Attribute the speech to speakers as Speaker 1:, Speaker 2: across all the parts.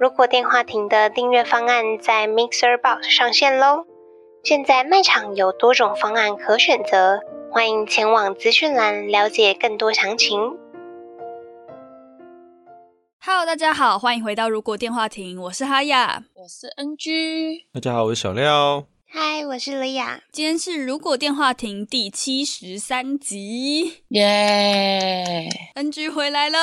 Speaker 1: 如果电话亭的订阅方案在 Mixer Box 上线喽。现在卖场有多种方案可选择，欢迎前往资讯栏了解更多详情。
Speaker 2: Hello，大家好，欢迎回到《如果电话亭》，我是哈雅。
Speaker 3: 我是 NG，
Speaker 4: 大家好，我是小廖。
Speaker 1: 嗨，我是莉亚。
Speaker 2: 今天是《如果电话亭》第七十三集
Speaker 3: 耶！
Speaker 2: ，NG 回来了，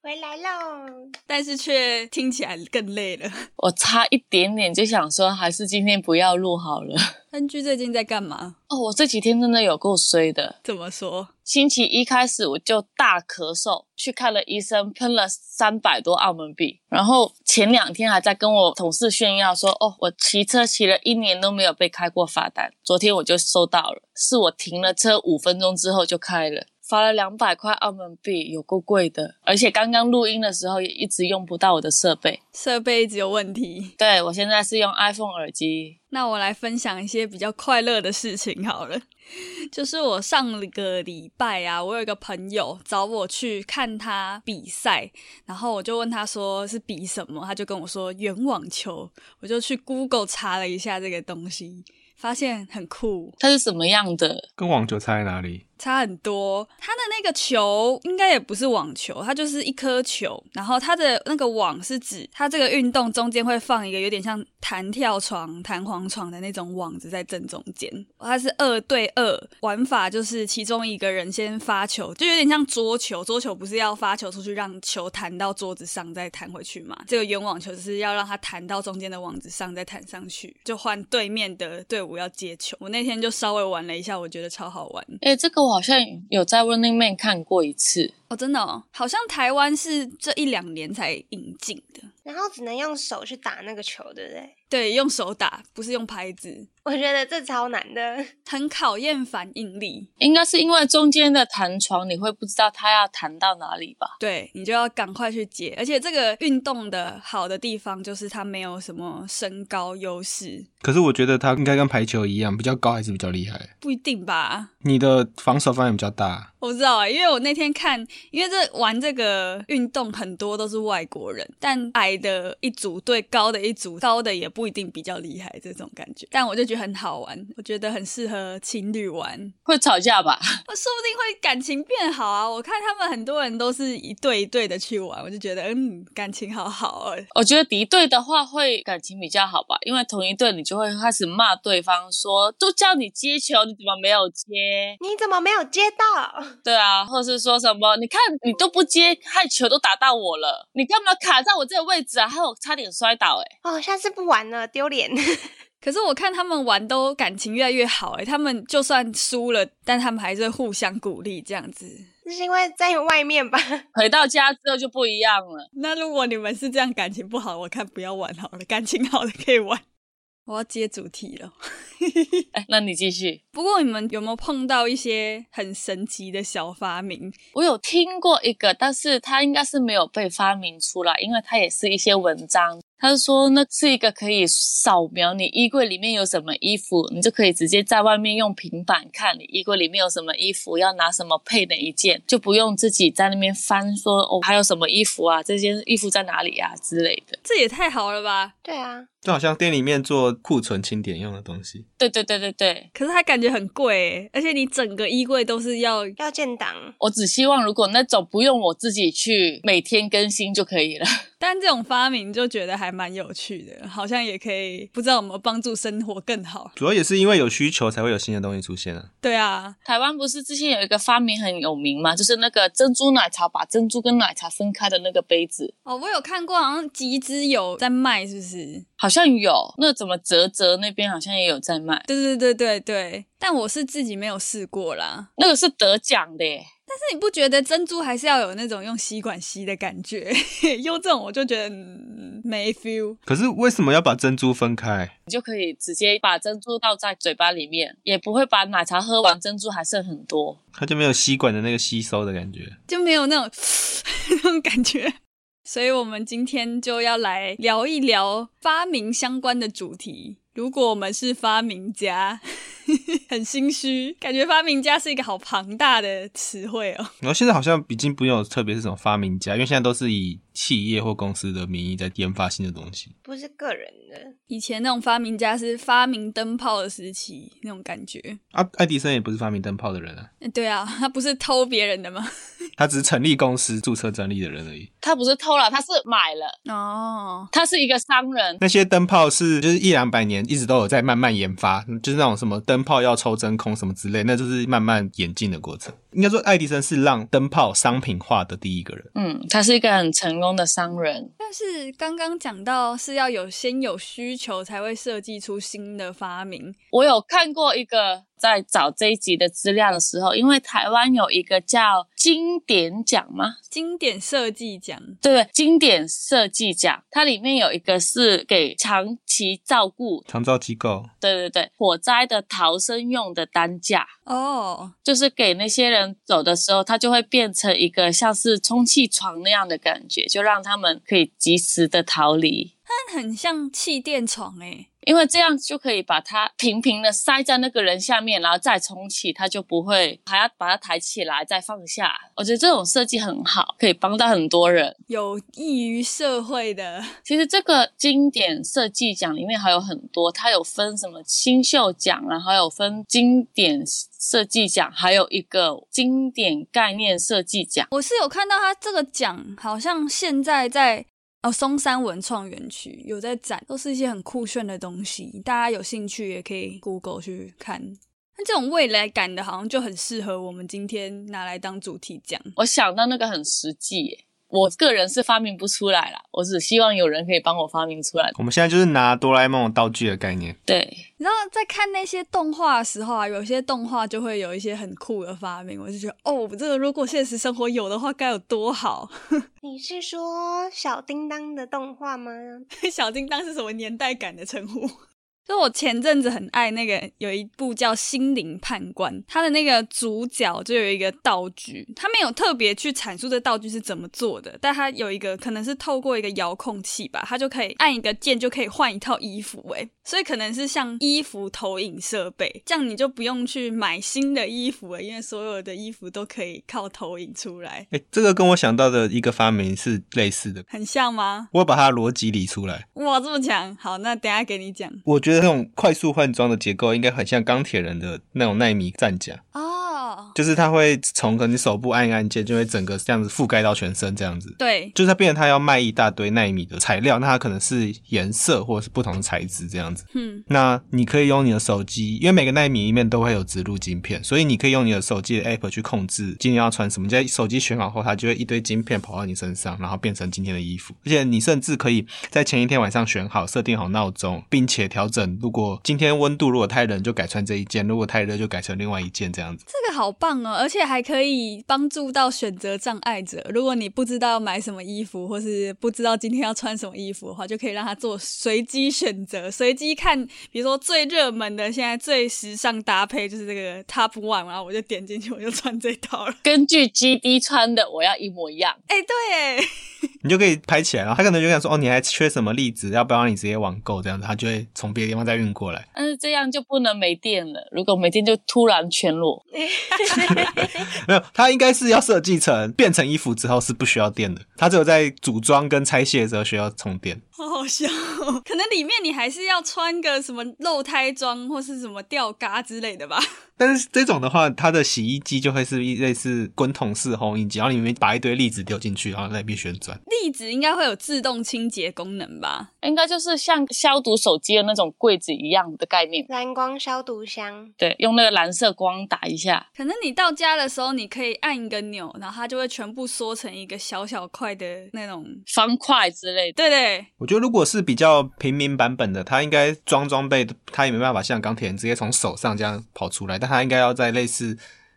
Speaker 1: 回来喽！
Speaker 2: 但是却听起来更累了。
Speaker 3: 我差一点点就想说，还是今天不要录好了。
Speaker 2: NG 最近在干嘛？
Speaker 3: 哦，我这几天真的有够衰的。
Speaker 2: 怎么说？
Speaker 3: 星期一开始我就大咳嗽，去看了医生，喷了三百多澳门币。然后前两天还在跟我同事炫耀说，哦，我骑车骑了一年都没有被开过罚单。昨天我就收到了，是我停了车五分钟之后就开了。罚了两百块澳门币，有够贵的，而且刚刚录音的时候也一直用不到我的设备。
Speaker 2: 设备一直有问题。
Speaker 3: 对我现在是用 iPhone 耳机，
Speaker 2: 那我来分享一些比较快乐的事情好了， 就是我上个礼拜啊，我有一个朋友找我去看他比赛，然后我就问他说是比什么，他就跟我说圆网球，我就去 Google 查了一下这个东西，发现很酷，
Speaker 3: 它是什么样的？
Speaker 4: 跟网球差在哪里？
Speaker 2: 差很多。它的那个球应该也不是网球，它就是一颗球，然后它的那个网是指它这个运动中间会放一个有点像弹跳床、弹簧床的那种网子在正中间。它是二对二玩法，就是其中一个人先发球，就有点像桌球。桌球不是要发球出去，让球弹到桌子上再弹回去嘛？这个圆网球就是要让它弹到中间的网子上再弹上去，就换对面的队伍要接球。我那天就稍微玩了一下，我觉得超好玩。
Speaker 3: 哎，这个我好像有在 Running Man 看过一次。
Speaker 2: 哦，真的哦，好像台湾是这一两年才引进的。
Speaker 1: 然后只能用手去打那个球，对不对？
Speaker 2: 对，用手打，不是用拍子，
Speaker 1: 我觉得这超难的。
Speaker 2: 很考验反应力。
Speaker 3: 应该是因为中间的弹床，你会不知道它要弹到哪里吧？
Speaker 2: 对你就要赶快去接，而且这个运动的好的地方就是它没有什么身高优势，
Speaker 4: 可是我觉得它应该跟排球一样，比较高还是比较厉害。
Speaker 2: 不一定吧？
Speaker 4: 你的防守范围比较大，
Speaker 2: 我不知道啊、因为我那天看，因为这玩这个运动很多都是外国人，但矮的一组对高的一组，高的也不一定比较厉害这种感觉。但我就觉得很好玩，我觉得很适合情侣玩，
Speaker 3: 会吵架吧？
Speaker 2: 我说不定会感情变好啊！我看他们很多人都是一对一对的去玩，我就觉得嗯，感情好好哦。
Speaker 3: 我觉得敌对的话会感情比较好吧，因为同一队你就会开始骂对方说，都叫你接球，你怎么没有接？
Speaker 1: 你怎么没有接到？
Speaker 3: 对啊，或是说什么，你看你都不接，害球都打到我了，你干嘛卡在我这个位置啊？害我差点摔倒、欸，
Speaker 1: 哦，下次不玩了，丢脸。
Speaker 2: 可是我看他们玩都感情越来越好欸诶、他们就算输了，但他们还是会互相鼓励这样子。
Speaker 1: 这是因为在外面吧？
Speaker 3: 回到家之后就不一样了。
Speaker 2: 那如果你们是这样感情不好，我看不要玩好了，感情好的可以玩。我要接主题了。
Speaker 3: 哎，那你继续。
Speaker 2: 不过你们有没有碰到一些很神奇的小发明？
Speaker 3: 我有听过一个，但是它应该是没有被发明出来，因为它也是一些文章。它是说那是一个可以扫描你衣柜里面有什么衣服，你就可以直接在外面用平板看你衣柜里面有什么衣服，要拿什么配哪一件，就不用自己在那边翻说哦还有什么衣服啊，这件衣服在哪里啊之类的。
Speaker 2: 这也太好了吧！
Speaker 1: 对啊，
Speaker 4: 就好像店里面做库存清点用的东西。
Speaker 3: 对对对对对，
Speaker 2: 可是它感觉很贵诶，而且你整个衣柜都是要
Speaker 1: 要建档。
Speaker 3: 我只希望如果那种不用我自己去每天更新就可以了。
Speaker 2: 但这种发明就觉得还蛮有趣的，好像也可以不知道有没有帮助生活更好。
Speaker 4: 主要也是因为有需求才会有新的东西出现啊。
Speaker 2: 对啊，
Speaker 3: 台湾不是之前有一个发明很有名嘛，就是那个珍珠奶茶把珍珠跟奶茶分开的那个杯子，
Speaker 2: 哦，我有看过，好像集资有在卖，是不是？
Speaker 3: 好像有。那怎么泽泽那边好像也有在卖，
Speaker 2: 对对对对对，但我是自己没有试过啦。
Speaker 3: 那个是得奖的耶。
Speaker 2: 是你不觉得珍珠还是要有那种用吸管吸的感觉？ 用这种我就觉得、嗯没 feel。
Speaker 4: 可是为什么要把珍珠分开？
Speaker 3: 你就可以直接把珍珠倒在嘴巴里面，也不会把奶茶喝完，珍珠还剩很多。
Speaker 4: 它就没有吸管的那个吸收的感觉。
Speaker 2: 就没有那种 那种感觉。所以我们今天就要来聊一聊发明相关的主题。如果我们是发明家， 很心虚，感觉发明家是一个好庞大的词汇哦。
Speaker 4: 然后现在好像已经不用有特别是什么发明家，因为现在都是以企业或公司的名义在研发新的东西。
Speaker 5: 不是个人的，
Speaker 2: 以前那种发明家是发明灯泡的时期那种感觉。
Speaker 4: 啊，爱迪生也不是发明灯泡的人啊，
Speaker 2: 嗯对啊，他不是偷别人的吗？
Speaker 4: 他只是成立公司、注册专利的人而已。
Speaker 3: 他不是偷了，他是买了，
Speaker 2: 哦，
Speaker 3: 他是一个商人。
Speaker 4: 那些灯泡是就是一两百年一直都有在慢慢研发，就是那种什么灯泡要抽真空什么之类，那就是慢慢演进的过程。应该说，爱迪生是让灯泡商品化的第一个人。
Speaker 3: 嗯，他是一个很成功的商人。
Speaker 2: 但是刚刚讲到是要有先有需求才会设计出新的发明，
Speaker 3: 我有看过一个，在找这一集的资料的时候，因为台湾有一个叫经典奖嘛，
Speaker 2: 经典设计奖
Speaker 3: 对，经典设计奖，它里面有一个是给长期照顾，
Speaker 4: 长照机构
Speaker 3: 对对对，火灾的逃生用的担架。
Speaker 2: 哦，
Speaker 3: 就是给那些人走的时候，它就会变成一个像是充气床那样的感觉，就让他们可以及时的逃离。
Speaker 2: 但很像气垫床欸诶、
Speaker 3: 因为这样就可以把它平平的塞在那个人下面，然后再充气，它就不会还要把它抬起来再放下。我觉得这种设计很好，可以帮到很多人。
Speaker 2: 有益于社会的
Speaker 3: 其实这个经典设计奖里面还有很多，它有分什么新秀奖，然后还有分经典设计奖，还有一个经典概念设计奖。
Speaker 2: 我是有看到他这个奖，好像现在在哦松山文创园区有在展，都是一些很酷炫的东西，大家有兴趣也可以 Google 去看。那这种未来感的，好像就很适合我们今天拿来当主题讲。
Speaker 3: 我想到那个很实际耶，我个人是发明不出来啦，我只希望有人可以帮我发明出来。
Speaker 4: 我们现在就是拿哆啦 A 梦道具的概念，
Speaker 3: 对，
Speaker 2: 你知道，在看那些动画的时候啊，有些动画就会有一些很酷的发明，我就觉得哦，这个如果现实生活有的话，该有多好。
Speaker 5: 你是说小叮当的动画吗？
Speaker 2: 小叮当是什么年代感的称呼？ 就我前阵子很爱那个有一部叫《心灵判官》，它的那个主角就有一个道具，它没有特别去阐述这道具是怎么做的，但它有一个可能是透过一个遥控器吧，它就可以按一个键就可以换一套衣服、诶，所以可能是像衣服投影设备，这样你就不用去买新的衣服了，因为所有的衣服都可以靠投影出来，
Speaker 4: 哎、这个跟我想到的一个发明是类似的。
Speaker 2: 很像吗？
Speaker 4: 我把它的逻辑理出来，
Speaker 2: 哇，这么强！好，那等一下给你讲。
Speaker 4: 我觉得那种快速换装的结构应该很像钢铁人的那种纳米战甲，
Speaker 2: 哦，
Speaker 4: 就是它会从可能你手部按一按键，就会整个这样子覆盖到全身这样子。
Speaker 2: 对，
Speaker 4: 就是它变成它要卖一大堆纳米的材料，那它可能是颜色或者是不同的材质这样子。
Speaker 2: 嗯，
Speaker 4: 那你可以用你的手机，因为每个纳米里面都会有植入晶片，所以你可以用你的手机的 app 去控制今天要穿什么。在手机选好后，它就会一堆晶片跑到你身上，然后变成今天的衣服。而且你甚至可以在前一天晚上选好、设定好闹钟，并且调整。如果今天温度如果太冷，就改穿这一件；如果太热，就改成另外一件这样子。
Speaker 2: 这个好棒哦，而且还可以帮助到选择障碍者。如果你不知道要买什么衣服，或是不知道今天要穿什么衣服的话，就可以让他做随机选择，随机看，比如说最热门的，现在最时尚搭配就是这个 Top One，然后我就点进去，我就穿这套了。
Speaker 3: 根据 G D 穿的，我要一模一样。
Speaker 2: 哎，对，
Speaker 4: 你就可以拍起来，然后他可能就跟你说：“哦，你还缺什么粒子？要不要你直接网购这样子？”他就会从别的地方再运过来。
Speaker 3: 但是这样就不能没电了，如果没电就突然全裸。
Speaker 4: 没有，它应该是要设计成变成衣服之后是不需要电的，它只有在组装跟拆卸的时候需要充电。
Speaker 2: 好好笑哦、可能里面你还是要穿个什么露胎装或是什么吊嘎之类的吧。
Speaker 4: 但是这种的话，它的洗衣机就会是一类似滚筒式烘衣机，然后里面把一堆粒子丢进去，然后在那边旋转。
Speaker 2: 栗子应该会有自动清洁功能吧？
Speaker 3: 应该就是像消毒手机的那种柜子一样的概念，
Speaker 5: 蓝光消毒箱，
Speaker 3: 对，用那个蓝色光打一下，
Speaker 2: 可能你到家的时候，你可以按一个钮，然后它就会全部缩成一个小小块的那种。
Speaker 3: 方块之类的。
Speaker 2: 对对，
Speaker 4: 我觉得如果是比较平民版本的，它应该装装备，它也没办法像钢铁人直接从手上这样跑出来，但它应该要在类似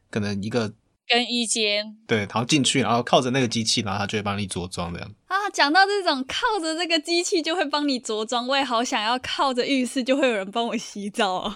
Speaker 4: 可能一个
Speaker 3: 更衣间，
Speaker 4: 对，然后进去，然后靠着那个机器，然后它就会帮你着装这样。
Speaker 2: 啊，讲到这种靠着这个机器就会帮你着装，我也好想要靠着浴室就会有人帮我洗澡 哦。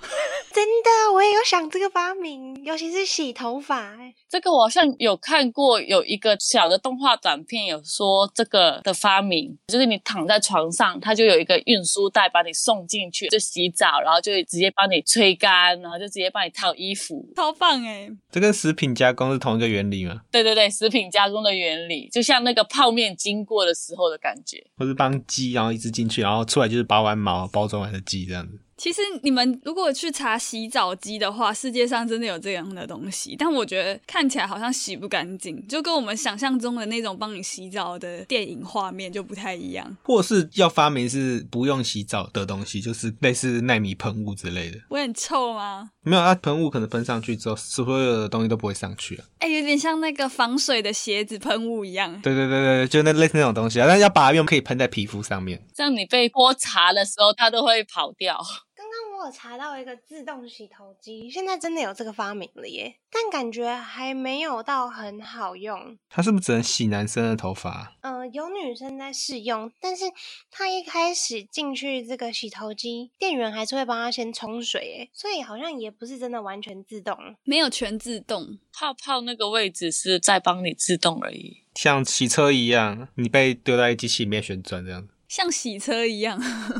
Speaker 5: 真的，我也有想这个发明，尤其是洗头发、欸。
Speaker 3: 这个我好像有看过，有一个小的动画短片有说这个的发明，就是你躺在床上，它就有一个运输带把你送进去，就洗澡，然后就直接帮你吹干，然后就直接帮你套衣服。
Speaker 2: 超棒哎！
Speaker 4: 这跟食品加工是同一个原理吗？
Speaker 3: 对对对，食品加工的原理，就像那个泡面经过的时候的感觉。
Speaker 4: 或是帮鸡，然后一直进去，然后出来就是拔完毛、包装完的鸡这样子。
Speaker 2: 其实你们如果去查洗澡机的话，世界上真的有这样的东西，但我觉得看起来好像洗不干净，就跟我们想象中的那种帮你洗澡的电影画面就不太一样。
Speaker 4: 或是要发明是不用洗澡的东西，就是类似纳米喷雾之类的。
Speaker 2: 我很臭吗？
Speaker 4: 没有，它啊喷雾可能喷上去之后，所有的东西都不会上去啊。
Speaker 2: 哎、有点像那个防水的鞋子喷雾一样。
Speaker 4: 对对对对，就那类似那种东西啊，但是要把它用可以喷在皮肤上面。
Speaker 3: 这样你被泼茶的时候，它都会跑掉。
Speaker 5: 刚刚我有查到一个自动洗头机，现在真的有这个发明了耶，但感觉还没有到很好用。
Speaker 4: 它是不是只能洗男生的头发啊、
Speaker 5: 呃，有女生在试用，但是她一开始进去这个洗头机，店员还是会帮她先冲水，诶，所以好像也不是真的完全自动。
Speaker 2: 没有全自动，
Speaker 3: 泡泡那个位置是在帮你自动而已。
Speaker 4: 像洗车一样，你被丢在机器里面旋转这样子。
Speaker 2: 像洗车一样。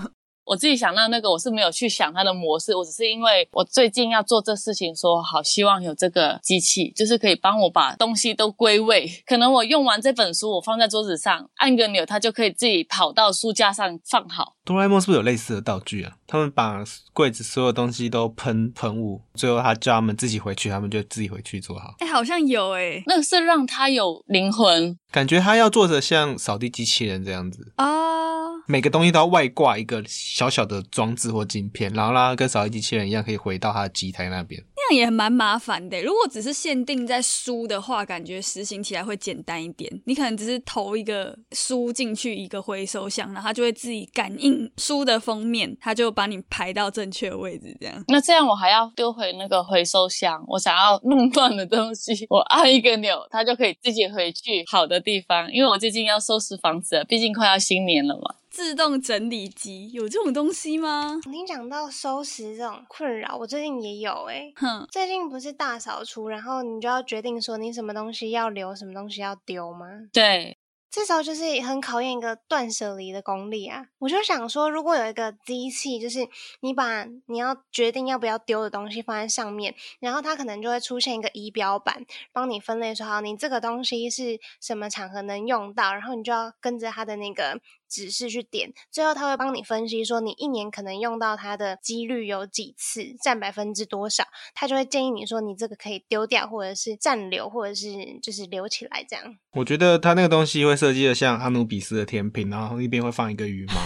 Speaker 3: 我自己想到那个，我是没有去想它的模式，我只是因为我最近要做这事情说，好希望有这个机器，就是可以帮我把东西都归位。可能我用完这本书，我放在桌子上，按个钮，它就可以自己跑到书架上放好。
Speaker 4: 哆啦 A 梦是不是有类似的道具啊？他们把柜子所有东西都喷喷雾，最后他叫他们自己回去，他们就自己回去做好。
Speaker 2: 哎、好像有哎、
Speaker 3: 那个是让它有灵魂，
Speaker 4: 感觉他要做的像扫地机器人这样子，
Speaker 2: 哦，
Speaker 4: 每个东西都要外挂一个小小的装置或镜片，然后让它跟扫地机器人一样，可以回到它的机台那边。
Speaker 2: 那样也蛮麻烦的。如果只是限定在书的话，感觉实行起来会简单一点。你可能只是投一个书进去一个回收箱，然后它就会自己感应书的封面，它就把你排到正确位置，这样。
Speaker 3: 那这样我还要丢回那个回收箱，我想要弄乱的东西，我按一个钮，它就可以自己回去好的地方。因为我最近要收拾房子了，毕竟快要新年了嘛。
Speaker 2: 自动整理机有这种东西吗？
Speaker 5: 你讲到收拾这种困扰，我最近也有诶，
Speaker 2: 哼，
Speaker 5: 最近不是大扫除，然后你就要决定说你什么东西要留，什么东西要丢吗？
Speaker 3: 对，
Speaker 5: 这时候就是很考验一个断舍离的功力啊！我就想说，如果有一个机器，就是你把你要决定要不要丢的东西放在上面，然后它可能就会出现一个仪表板，帮你分类说，好，你这个东西是什么场合能用到，然后你就要跟着它的那个指示去点，最后它会帮你分析说，你一年可能用到它的几率有几次，占百分之多少，它就会建议你说，你这个可以丢掉，或者是暂留，或者是就是留起来这样。
Speaker 4: 我觉得它那个东西会设计的像阿努比斯的天平，然后一边会放一个羽毛，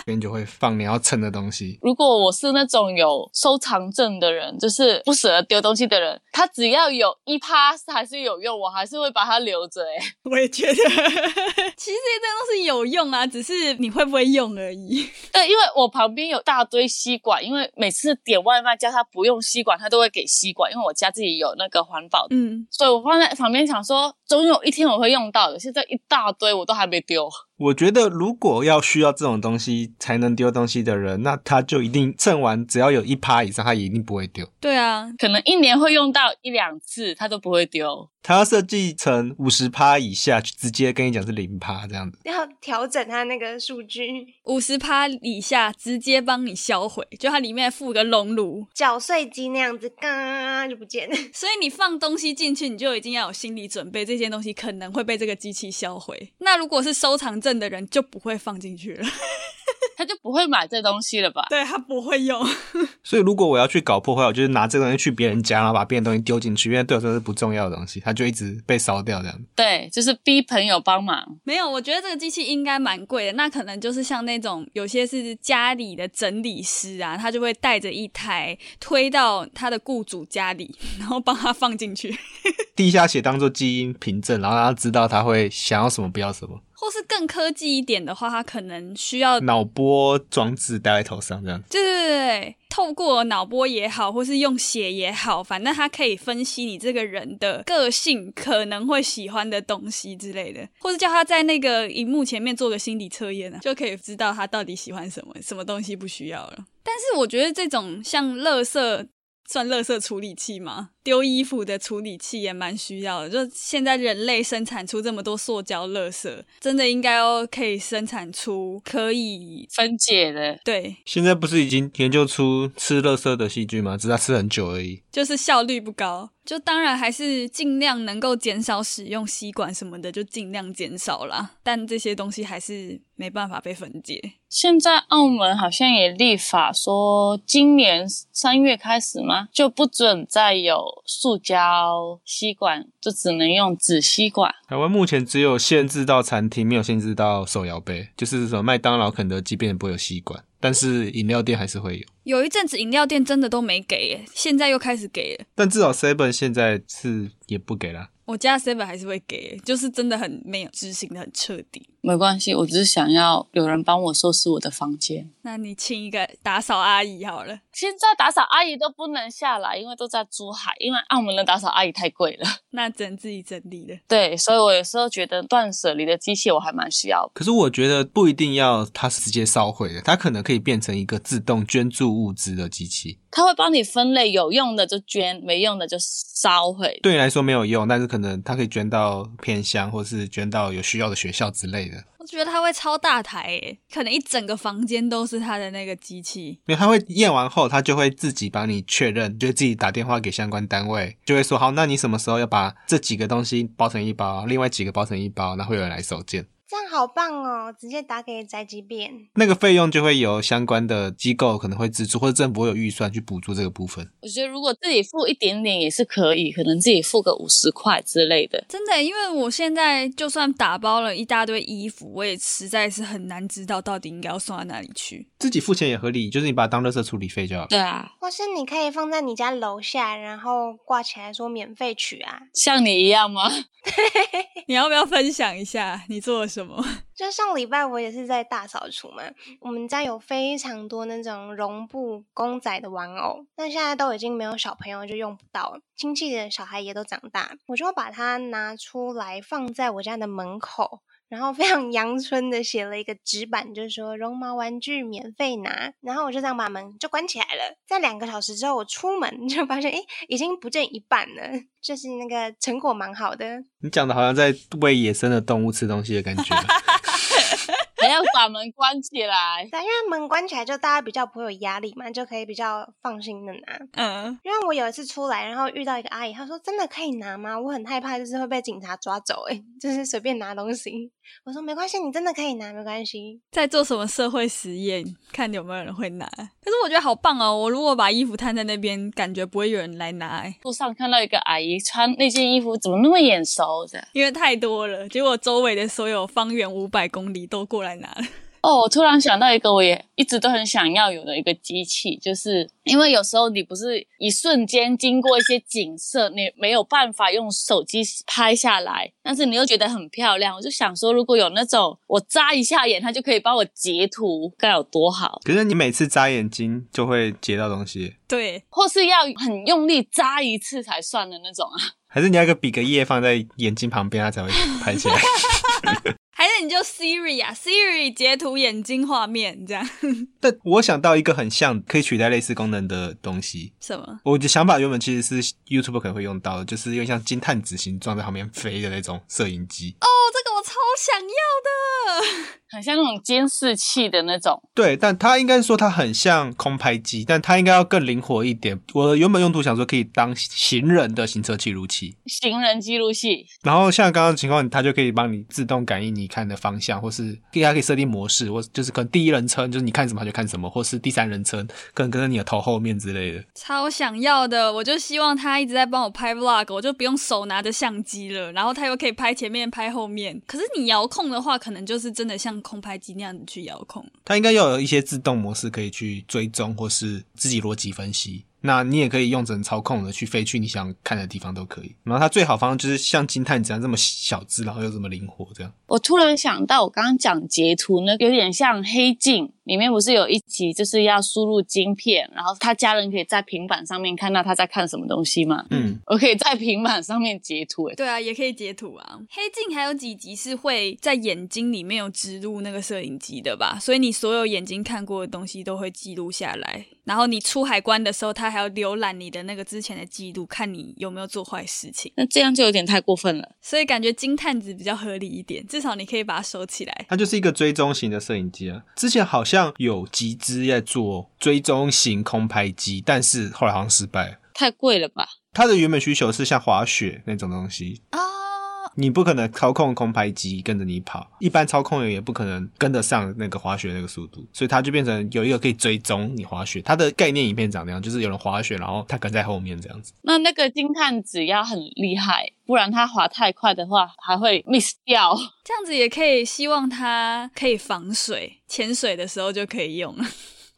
Speaker 4: 一边就会放你要称的东西。
Speaker 3: 如果我是那种有收藏症的人，就是不舍得丢东西的人，他只要有一趴还是有用，我还是会把它留着。哎，
Speaker 2: 我也觉得，其实这些东西有用啊，只是你会不会用而已。
Speaker 3: 对，因为我旁边有大堆吸管，因为每次点外卖叫他不用吸管，他都会给吸管，因为我家自己有那个环保，
Speaker 2: 嗯，
Speaker 3: 所以我放在旁边想说，总有一天我会用到的。现在一大堆我都还没丢。
Speaker 4: 我觉得，如果要需要这种东西才能丢东西的人，那他就一定称完，只要有一趴以上，他也一定不会丢。
Speaker 2: 对啊，
Speaker 3: 可能一年会用到一两次，他都不会丢。
Speaker 4: 他要设计成五十趴以下，直接跟你讲是零趴这样子。
Speaker 5: 要调整它那个数据，
Speaker 2: 五十趴以下直接帮你销毁，就它里面附个熔炉，
Speaker 5: 搅碎机那样子，嘎就不见了。
Speaker 2: 所以你放东西进去，你就已经要有心理准备，这件东西可能会被这个机器销毁。那如果是收藏证的人，就不会放进去了，
Speaker 3: 他就不会买这东西了吧？
Speaker 2: 对他不会用。
Speaker 4: 所以，如果我要去搞破坏，我就是拿这个东西去别人家，然后把别人的东西丢进去，因为对我来说是不重要的东西，它就一直被烧掉这样子。
Speaker 3: 对，就是逼朋友帮忙。
Speaker 2: 没有，我觉得这个机器应该蛮贵的，那可能就是像那种有些是家里的整理师啊，他就会带着一台推到他的雇主家里，然后帮他放进去。
Speaker 4: 地下血当做基因凭证，然后让他知道他会想要什么，不要什么。
Speaker 2: 或是更科技一点的话，它可能需要
Speaker 4: 脑波装置戴在头上这样子。
Speaker 2: 对对对对，透过脑波也好，或是用血也好，反正它可以分析你这个人的个性，可能会喜欢的东西之类的，或是叫他在那个荧幕前面做个心理测验啊，就可以知道他到底喜欢什么，什么东西不需要了。但是我觉得这种像垃圾。算垃圾处理器吗？丢衣服的处理器也蛮需要的。就现在人类生产出这么多塑胶垃圾，真的应该要可以生产出可以
Speaker 3: 分解的，
Speaker 2: 对
Speaker 4: 现在不是已经研究出吃垃圾的细菌吗？只是它吃很久而已。
Speaker 2: 就是效率不高。就当然还是尽量能够减少使用吸管什么的，就尽量减少啦。但这些东西还是没办法被分解。
Speaker 3: 现在澳门好像也立法说，今年三月开始吗，就不准再有塑胶吸管，就只能用纸吸管。
Speaker 4: 台湾目前只有限制到餐厅，没有限制到手摇杯，就是什么麦当劳、肯德基变得不会有吸管，但是饮料店还是会有。
Speaker 2: 有一阵子饮料店真的都没给耶，现在又开始给了。
Speaker 4: 但至少 Seven 现在是也不给啦。
Speaker 2: 我家 seven 还是会给，就是真的很没有执行的很彻底。
Speaker 3: 没关系，我只是想要有人帮我收拾我的房间。
Speaker 2: 那你请一个打扫阿姨好了。
Speaker 3: 现在打扫阿姨都不能下来，因为都在珠海，因为澳门的打扫阿姨太贵了。
Speaker 2: 那只能自己整理了。
Speaker 3: 对，所以我有时候觉得断舍离的机器我还蛮需要的。
Speaker 4: 可是我觉得不一定要它是直接烧毁的，它可能可以变成一个自动捐助物资的机器。
Speaker 3: 它会帮你分类，有用的就捐，没用的就烧毁。
Speaker 4: 对你来说没有用，但是可能它可以捐到偏乡，或是捐到有需要的学校之类的。
Speaker 2: 我觉得他会超大台耶，可能一整个房间都是他的那个机器。
Speaker 4: 因为它会验完后，它就会自己帮你确认，就会自己打电话给相关单位，就会说好，那你什么时候要把这几个东西包成一包，另外几个包成一包，那会有人来收件。
Speaker 5: 这样好棒哦！直接打给宅急便，
Speaker 4: 那个费用就会由相关的机构可能会资助，或者政府会有预算去补助这个部分。
Speaker 3: 我觉得如果自己付一点点也是可以，可能自己付个五十块之类的。
Speaker 2: 真的耶，因为我现在就算打包了一大堆衣服，我也实在是很难知道到底应该要送到哪里去。
Speaker 4: 自己付钱也合理，就是你把它当垃圾处理费就好。
Speaker 3: 对啊，
Speaker 5: 或是你可以放在你家楼下，然后挂起来说免费取啊。
Speaker 3: 像你一样吗？
Speaker 2: 你要不要分享一下你做了什么？
Speaker 5: 就上礼拜我也是在大扫除嘛，我们家有非常多那种绒布公仔的玩偶，但现在都已经没有小朋友就用不到了，亲戚的小孩也都长大，我就把它拿出来放在我家的门口。然后非常阳春的写了一个纸板，就是说绒毛玩具免费拿，然后我就这样把门就关起来了。在两个小时之后，我出门就发现，哎，已经不见一半了，就是那个成果蛮好的。
Speaker 4: 你讲的好像在喂野生的动物吃东西的感觉。
Speaker 3: 还要把门关起来。
Speaker 5: 对，因为门关起来就大家比较不会有压力嘛，就可以比较放心的拿。
Speaker 2: 嗯，
Speaker 5: 因为我有一次出来，然后遇到一个阿姨，她说：“真的可以拿吗？”我很害怕，就是会被警察抓走、欸，诶就是随便拿东西。我说：“没关系，你真的可以拿，没关系。
Speaker 2: 在做什么社会实验，看有没有人会拿。可是我觉得好棒哦！我如果把衣服摊在那边，感觉不会有人来拿欸耶，
Speaker 3: 路上看到一个阿姨穿那件衣服，怎么那么眼熟的？
Speaker 2: 因为太多了。结果周围的所有方圆五百公里都过来拿了。
Speaker 3: 哦，我突然想到一个，我也一直都很想要有的一个机器，就是因为有时候你不是一瞬间经过一些景色，你没有办法用手机拍下来，但是你又觉得很漂亮。我就想说，如果有那种我眨一下眼，它就可以帮我截图，该有多好！
Speaker 4: 可是你每次眨眼睛就会截到东西，
Speaker 2: 对，
Speaker 3: 或是要很用力眨一次才算的那种啊。
Speaker 4: 还是你要一个比个耶放在眼睛旁边，它才会拍起来。
Speaker 2: 还是你就 Siri 啊，Siri 截图眼睛画面这样
Speaker 4: 但我想到一个很像可以取代类似功能的东西，
Speaker 2: 什么？
Speaker 4: 我的想法原本其实是 YouTube 可能会用到的，就是有点像金探子形状在旁边飞的那种摄影机。
Speaker 2: 哦，这个我超想要的。
Speaker 3: 很像那种监视器的那种，
Speaker 4: 对，但它应该说它很像空拍机，但它应该要更灵活一点。我原本用途想说可以当行人的行车记录器，
Speaker 3: 行人记录器，
Speaker 4: 然后像刚刚的情况，它就可以帮你自动感应你看的方向，或是可以它可以设定模式，或就是可能第一人称就是你看什么它就看什么，或是第三人称可能跟着你的头后面之类的。
Speaker 2: 超想要的，我就希望他一直在帮我拍 vlog，我就不用手拿着相机了，然后他又可以拍前面、拍后面。可是你遥控的话，可能就是真的像空拍机那样子去遥控。
Speaker 4: 它应该要有一些自动模式可以去追踪，或是自己逻辑分析。那你也可以用整操控的去飞去你想看的地方都可以。然后它最好方式就是像金探子一样这么小只，然后又这么灵活，这样。
Speaker 3: 我突然想到，我刚刚讲截图呢，有点像《黑镜》里面不是有一集就是要输入晶片，然后他家人可以在平板上面看到他在看什么东西吗？
Speaker 4: 嗯，
Speaker 3: 我可以在平板上面截图，欸诶，
Speaker 2: 对啊，也可以截图啊。黑镜还有几集是会在眼睛里面有植入那个摄影机的吧？所以你所有眼睛看过的东西都会记录下来。然后你出海关的时候，他还要浏览你的那个之前的记录，看你有没有做坏事情。
Speaker 3: 那这样就有点太过分了。
Speaker 2: 所以感觉金探子比较合理一点，至少你可以把它收起来。
Speaker 4: 它就是一个追踪型的摄影机啊。之前好像有集资在做追踪型空拍机，但是后来好像失败了。
Speaker 3: 太贵了吧？
Speaker 4: 它的原本需求是像滑雪那种东西，
Speaker 2: 哦，
Speaker 4: 你不可能操控空拍机跟着你跑，一般操控员也不可能跟得上那个滑雪那个速度，所以它就变成有一个可以追踪你滑雪。它的概念影片长那样，就是有人滑雪，然后他跟在后面这样子。
Speaker 3: 那那个金探子要很厉害，不然他滑太快的话还会 miss 掉。
Speaker 2: 这样子也可以，希望它可以防水，潜水的时候就可以用 了。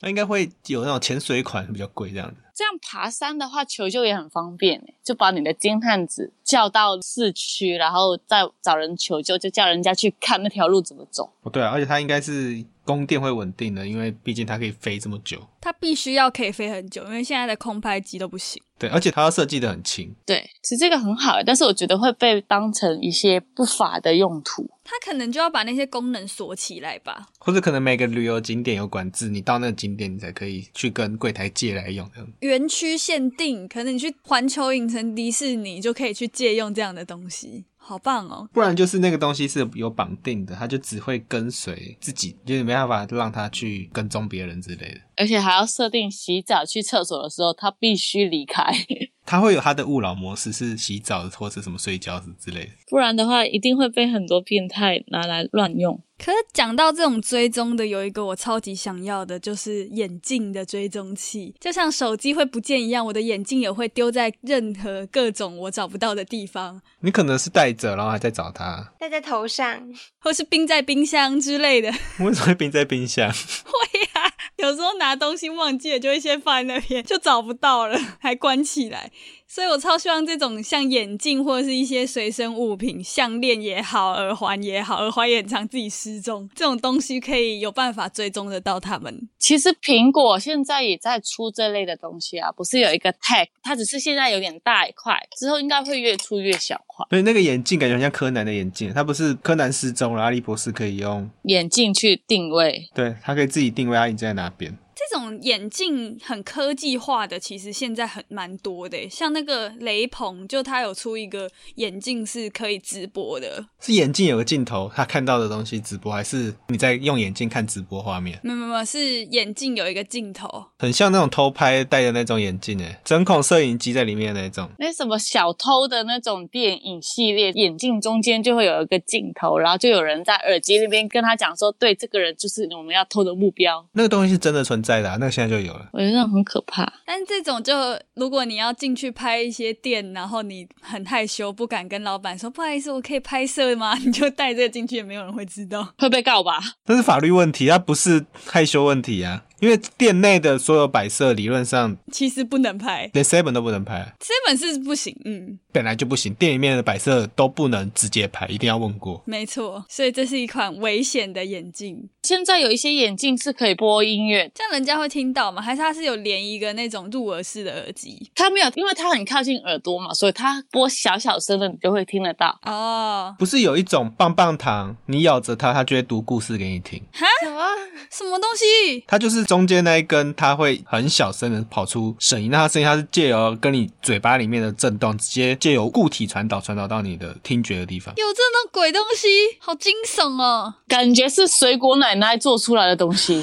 Speaker 4: 那应该会有那种潜水款比较贵这样子。
Speaker 3: 这样爬山的话，求救也很方便欸，就把你的金探子叫到市区，然后再找人求救，就叫人家去看那条路怎么走。
Speaker 4: 哦，对啊，而且它应该是供电会稳定的，因为毕竟它可以飞这么久。
Speaker 2: 它必须要可以飞很久，因为现在的空拍机都不行。
Speaker 4: 对，而且它要设计的很轻，
Speaker 3: 对，其实这个很好欸，但是我觉得会被当成一些不法的用途。
Speaker 2: 它可能就要把那些功能锁起来吧。
Speaker 4: 或者可能每个旅游景点有管制，你到那个景点你才可以去跟柜台借来用这样。
Speaker 2: 园区限定，可能你去环球影城、迪士尼就可以去借用这样的东西，好棒哦！
Speaker 4: 不然就是那个东西是有绑定的，它就只会跟随自己，就是没办法让它去跟踪别人之类的。
Speaker 3: 而且还要设定洗澡、去厕所的时候，他必须离开，
Speaker 4: 它会有它的勿扰模式，是洗澡或是什么睡觉之类的。
Speaker 3: 不然的话一定会被很多变态拿来乱用。
Speaker 2: 可是讲到这种追踪的，有一个我超级想要的，就是眼镜的追踪器，就像手机会不见一样，我的眼镜也会丢在任何各种我找不到的地方，
Speaker 4: 你可能是带着，然后还在找它，
Speaker 5: 戴在头上，
Speaker 2: 或是冰在冰箱之类的。
Speaker 4: 为什么会冰在冰箱？
Speaker 2: 会呀、有时候拿东西忘记了，就会先放在那边，就找不到了， 还关起来。所以我超希望这种像眼镜或者是一些随身物品，项链也好，耳环也好，耳环也很常自己失踪，这种东西可以有办法追踪得到他们。
Speaker 3: 其实苹果现在也在出这类的东西啊，不是有一个 tag，它只是现在有点大一块，之后应该会越出越小块。
Speaker 4: 所以那个眼镜感觉很像柯南的眼镜，它不是柯南失踪了，阿笠博士可以用，
Speaker 3: 眼镜去定位，
Speaker 4: 对，它可以自己定位阿笠在哪边。
Speaker 2: 这种眼镜很科技化的，其实现在很蛮多的耶，像那个雷朋，就他有出一个眼镜是可以直播的，
Speaker 4: 是眼镜有个镜头，他看到的东西直播，还是你在用眼镜看直播画面？
Speaker 2: 没有没有没有，是眼镜有一个镜头，
Speaker 4: 很像那种偷拍戴的那种眼镜诶，针孔摄影机在里面的那种。
Speaker 3: 那什么小偷的那种电影系列，眼镜中间就会有一个镜头，然后就有人在耳机那边跟他讲说，对，这个人就是我们要偷的目标。
Speaker 4: 那个东西是真的存在的、啊，那个现在就有了。
Speaker 3: 我觉得很可怕。
Speaker 2: 但这种就，如果你要进去拍一些店，然后你很害羞，不敢跟老板说不好意思，我可以拍摄吗？ 你就带这个进去，也没有人会知道。
Speaker 3: 会被告吧？
Speaker 4: 但是法律问题，它不是害羞问题啊，因为店内的所有摆设理论上
Speaker 2: 其实不能拍，
Speaker 4: 连 seven 都不能拍，啊
Speaker 2: 这本是不行。嗯，
Speaker 4: 本来就不行，店里面的摆设都不能直接拍，一定要问过。
Speaker 2: 没错。所以这是一款危险的眼镜，
Speaker 3: 现在有一些眼镜是可以播音乐，
Speaker 2: 这样人家会听到吗？还是它是有连一个那种入耳式的耳机？
Speaker 3: 它没有，因为它很靠近耳朵嘛，所以它播小小声的，你就会听得到。
Speaker 2: 哦，
Speaker 4: 不是有一种棒棒糖，你咬着它，它就会读故事给你听。
Speaker 5: 什么？
Speaker 2: 什么东西？
Speaker 4: 它就是中间那一根，它会很小声的跑出声音。那它声音它是借由跟你嘴巴里面的震动，直接借由固体传导，传导到你的听觉的地方。
Speaker 2: 有这种鬼东西，好惊悚哦！
Speaker 3: 感觉是水果奶奶做出来的东 西。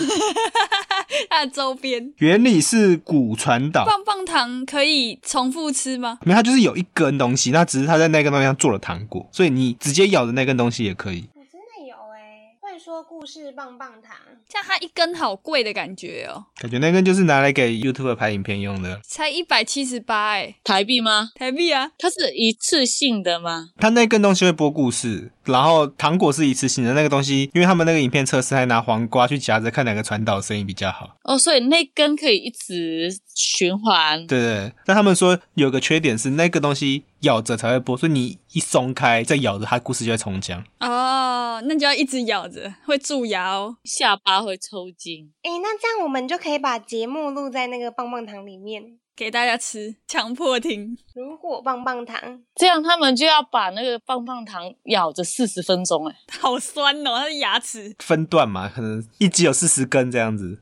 Speaker 2: 它的周边
Speaker 4: 原理是骨传导，
Speaker 2: 棒棒糖可以重复吃吗？
Speaker 4: 没有，它就是有一根东西，那只是它在那根东西上做了糖果，所以你直接咬的那根东西也可以。
Speaker 5: 我真的有哎、会说故事棒棒糖，
Speaker 2: 像它一根好贵的感觉哦，
Speaker 4: 感觉那根就是拿来给 YouTube 拍影片用的。
Speaker 2: 才一百七十八哎，
Speaker 3: 台币吗？
Speaker 2: 台币啊！
Speaker 3: 它是一次性的吗？
Speaker 4: 它那根东西会播故事，然后糖果是一次性的那个东西，因为他们那个影片测试还拿黄瓜去夹着看哪个传导声音比 较好。
Speaker 3: 哦，所以那根可以一直循环。
Speaker 4: 对对对，但他们说有个缺点是那个东西咬着才会播，所以你一松开再咬着，它故事就会重讲。
Speaker 2: 哦，那你就要一直咬着，会蛀牙哦。
Speaker 3: 下巴会抽筋。
Speaker 5: 诶，那这样我们就可以把节目录在那个棒棒糖里面。
Speaker 2: 给大家吃，强迫听。
Speaker 5: 如果棒棒糖，
Speaker 3: 这样他们就要把那个棒棒糖咬着四十分钟，哎，
Speaker 2: 好酸哦，它的牙齿
Speaker 4: 分段嘛，可能一集有四十根这样子。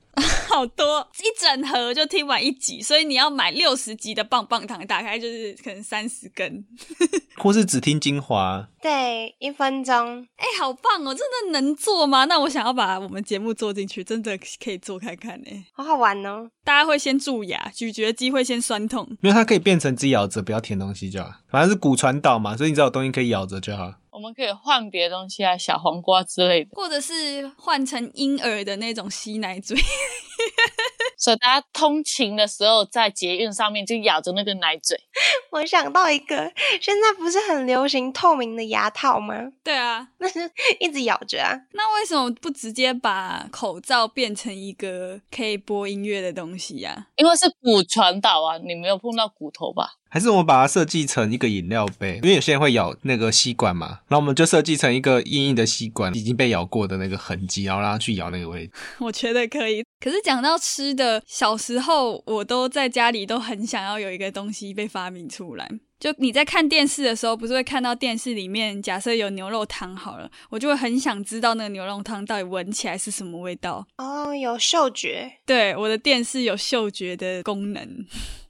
Speaker 2: 好多，一整盒就听完一集，所以你要买六十集的棒棒糖，打开就是可能三十根。
Speaker 4: 或是只听精华，
Speaker 5: 对，一分钟。
Speaker 2: 哎、好棒哦！真的能做吗？那我想要把我们节目做进去，真的可以做看欸看呢、
Speaker 5: 好好玩哦！
Speaker 2: 大家会先蛀牙，咀嚼肌会先酸痛。
Speaker 4: 因为它可以变成只咬着，不要舔东西就好。反正是骨传导嘛，所以你只要有东西可以咬着就好。
Speaker 3: 我们可以换别的东西啊，小黄瓜之类的。
Speaker 2: 或者是换成婴儿的那种吸奶嘴，
Speaker 3: 所以大家通勤的时候，在捷运上面就咬着那个奶嘴。
Speaker 5: 我想到一个，现在不是很流行透明的牙套吗？
Speaker 2: 对啊，
Speaker 5: 那是一直咬着啊。
Speaker 2: 那为什么不直接把口罩变成一个可以播音乐的东西呀、
Speaker 3: 因为是骨传导啊，你没有碰到骨头吧？
Speaker 4: 还是我们把它设计成一个饮料杯，因为有些人会咬那个吸管嘛，然后我们就设计成一个硬硬的吸管，已经被咬过的那个痕迹，然后让它去咬那个位置。
Speaker 2: 我觉得可以。可是讲到吃的，小时候我都在家里都很想要有一个东西被发明出来。就你在看电视的时候，不是会看到电视里面假设有牛肉汤好了，我就会很想知道那个牛肉汤到底闻起来是什么味道。
Speaker 5: 哦，有嗅觉，
Speaker 2: 对，我的电视有嗅觉的功能，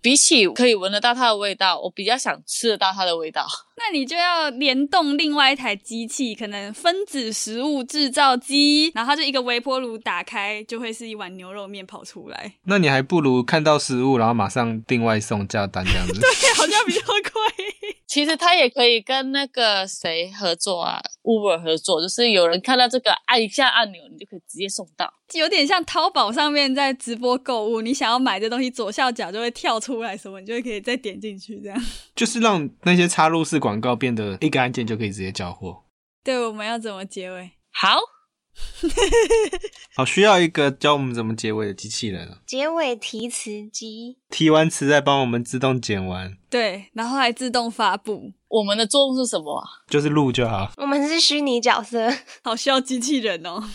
Speaker 3: 比起可以闻得到它的味道，我比较想吃得到它的味道。
Speaker 2: 那你就要联动另外一台机器，可能分子食物制造机，然后它就一个微波炉打开，就会是一碗牛肉面跑出来，
Speaker 4: 那你还不如看到食物，然后马上订外送加单这样子。
Speaker 2: 好像比较贵。
Speaker 3: 其实它也可以跟那个谁合作啊，Uber 合作，就是有人看到这个按一下按钮，你就可以直接送到。
Speaker 2: 有点像淘宝上面在直播购物，你想要买这东西，左下角就会跳出来什么，你就可以再点进去这样。
Speaker 4: 就是让那些插入式广告变得一个按键就可以直接交货。
Speaker 2: 对，我们要怎么结尾？
Speaker 3: 好，
Speaker 4: 好，需要一个教我们怎么结尾的机器人啊，
Speaker 5: 结尾提词机。
Speaker 4: 提完词再帮我们自动剪完，
Speaker 2: 对，然后还自动发布，
Speaker 3: 我们的作用是什么啊？
Speaker 4: 就是录就好。
Speaker 5: 我们是虚拟角色，
Speaker 2: 好需要机器人哦。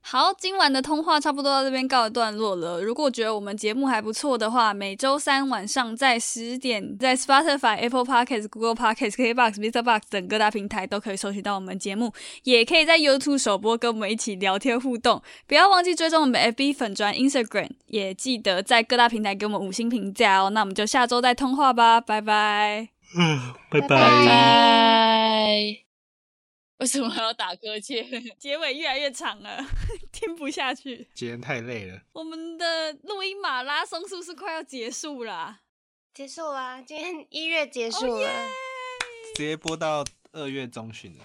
Speaker 2: 好，今晚的通话差不多到这边告一段落了。如果觉得我们节目还不错的话，每周三晚上在十点，在 Spotify、Apple Podcasts、Google Podcasts、KBox、Mr. Box 等各大平台都可以搜寻到我们节目，也可以在 YouTube 首播跟我们一起聊天互动。不要忘记追踪我们 FB 粉专 Instagram，也记得在各大平台给我们五星评价哦。那我们就下周再通话吧，拜拜。
Speaker 4: 嗯，拜
Speaker 5: 拜
Speaker 4: 拜
Speaker 5: 拜。
Speaker 3: 拜。为什么要打歌切？
Speaker 2: 结尾越来越长了， 听不下去。
Speaker 4: 今天太累了，
Speaker 2: 我们的录音马拉松是不是快要结束啊啦、
Speaker 5: 结束啦，今天一月结束了。
Speaker 4: 直接播到二月中旬了。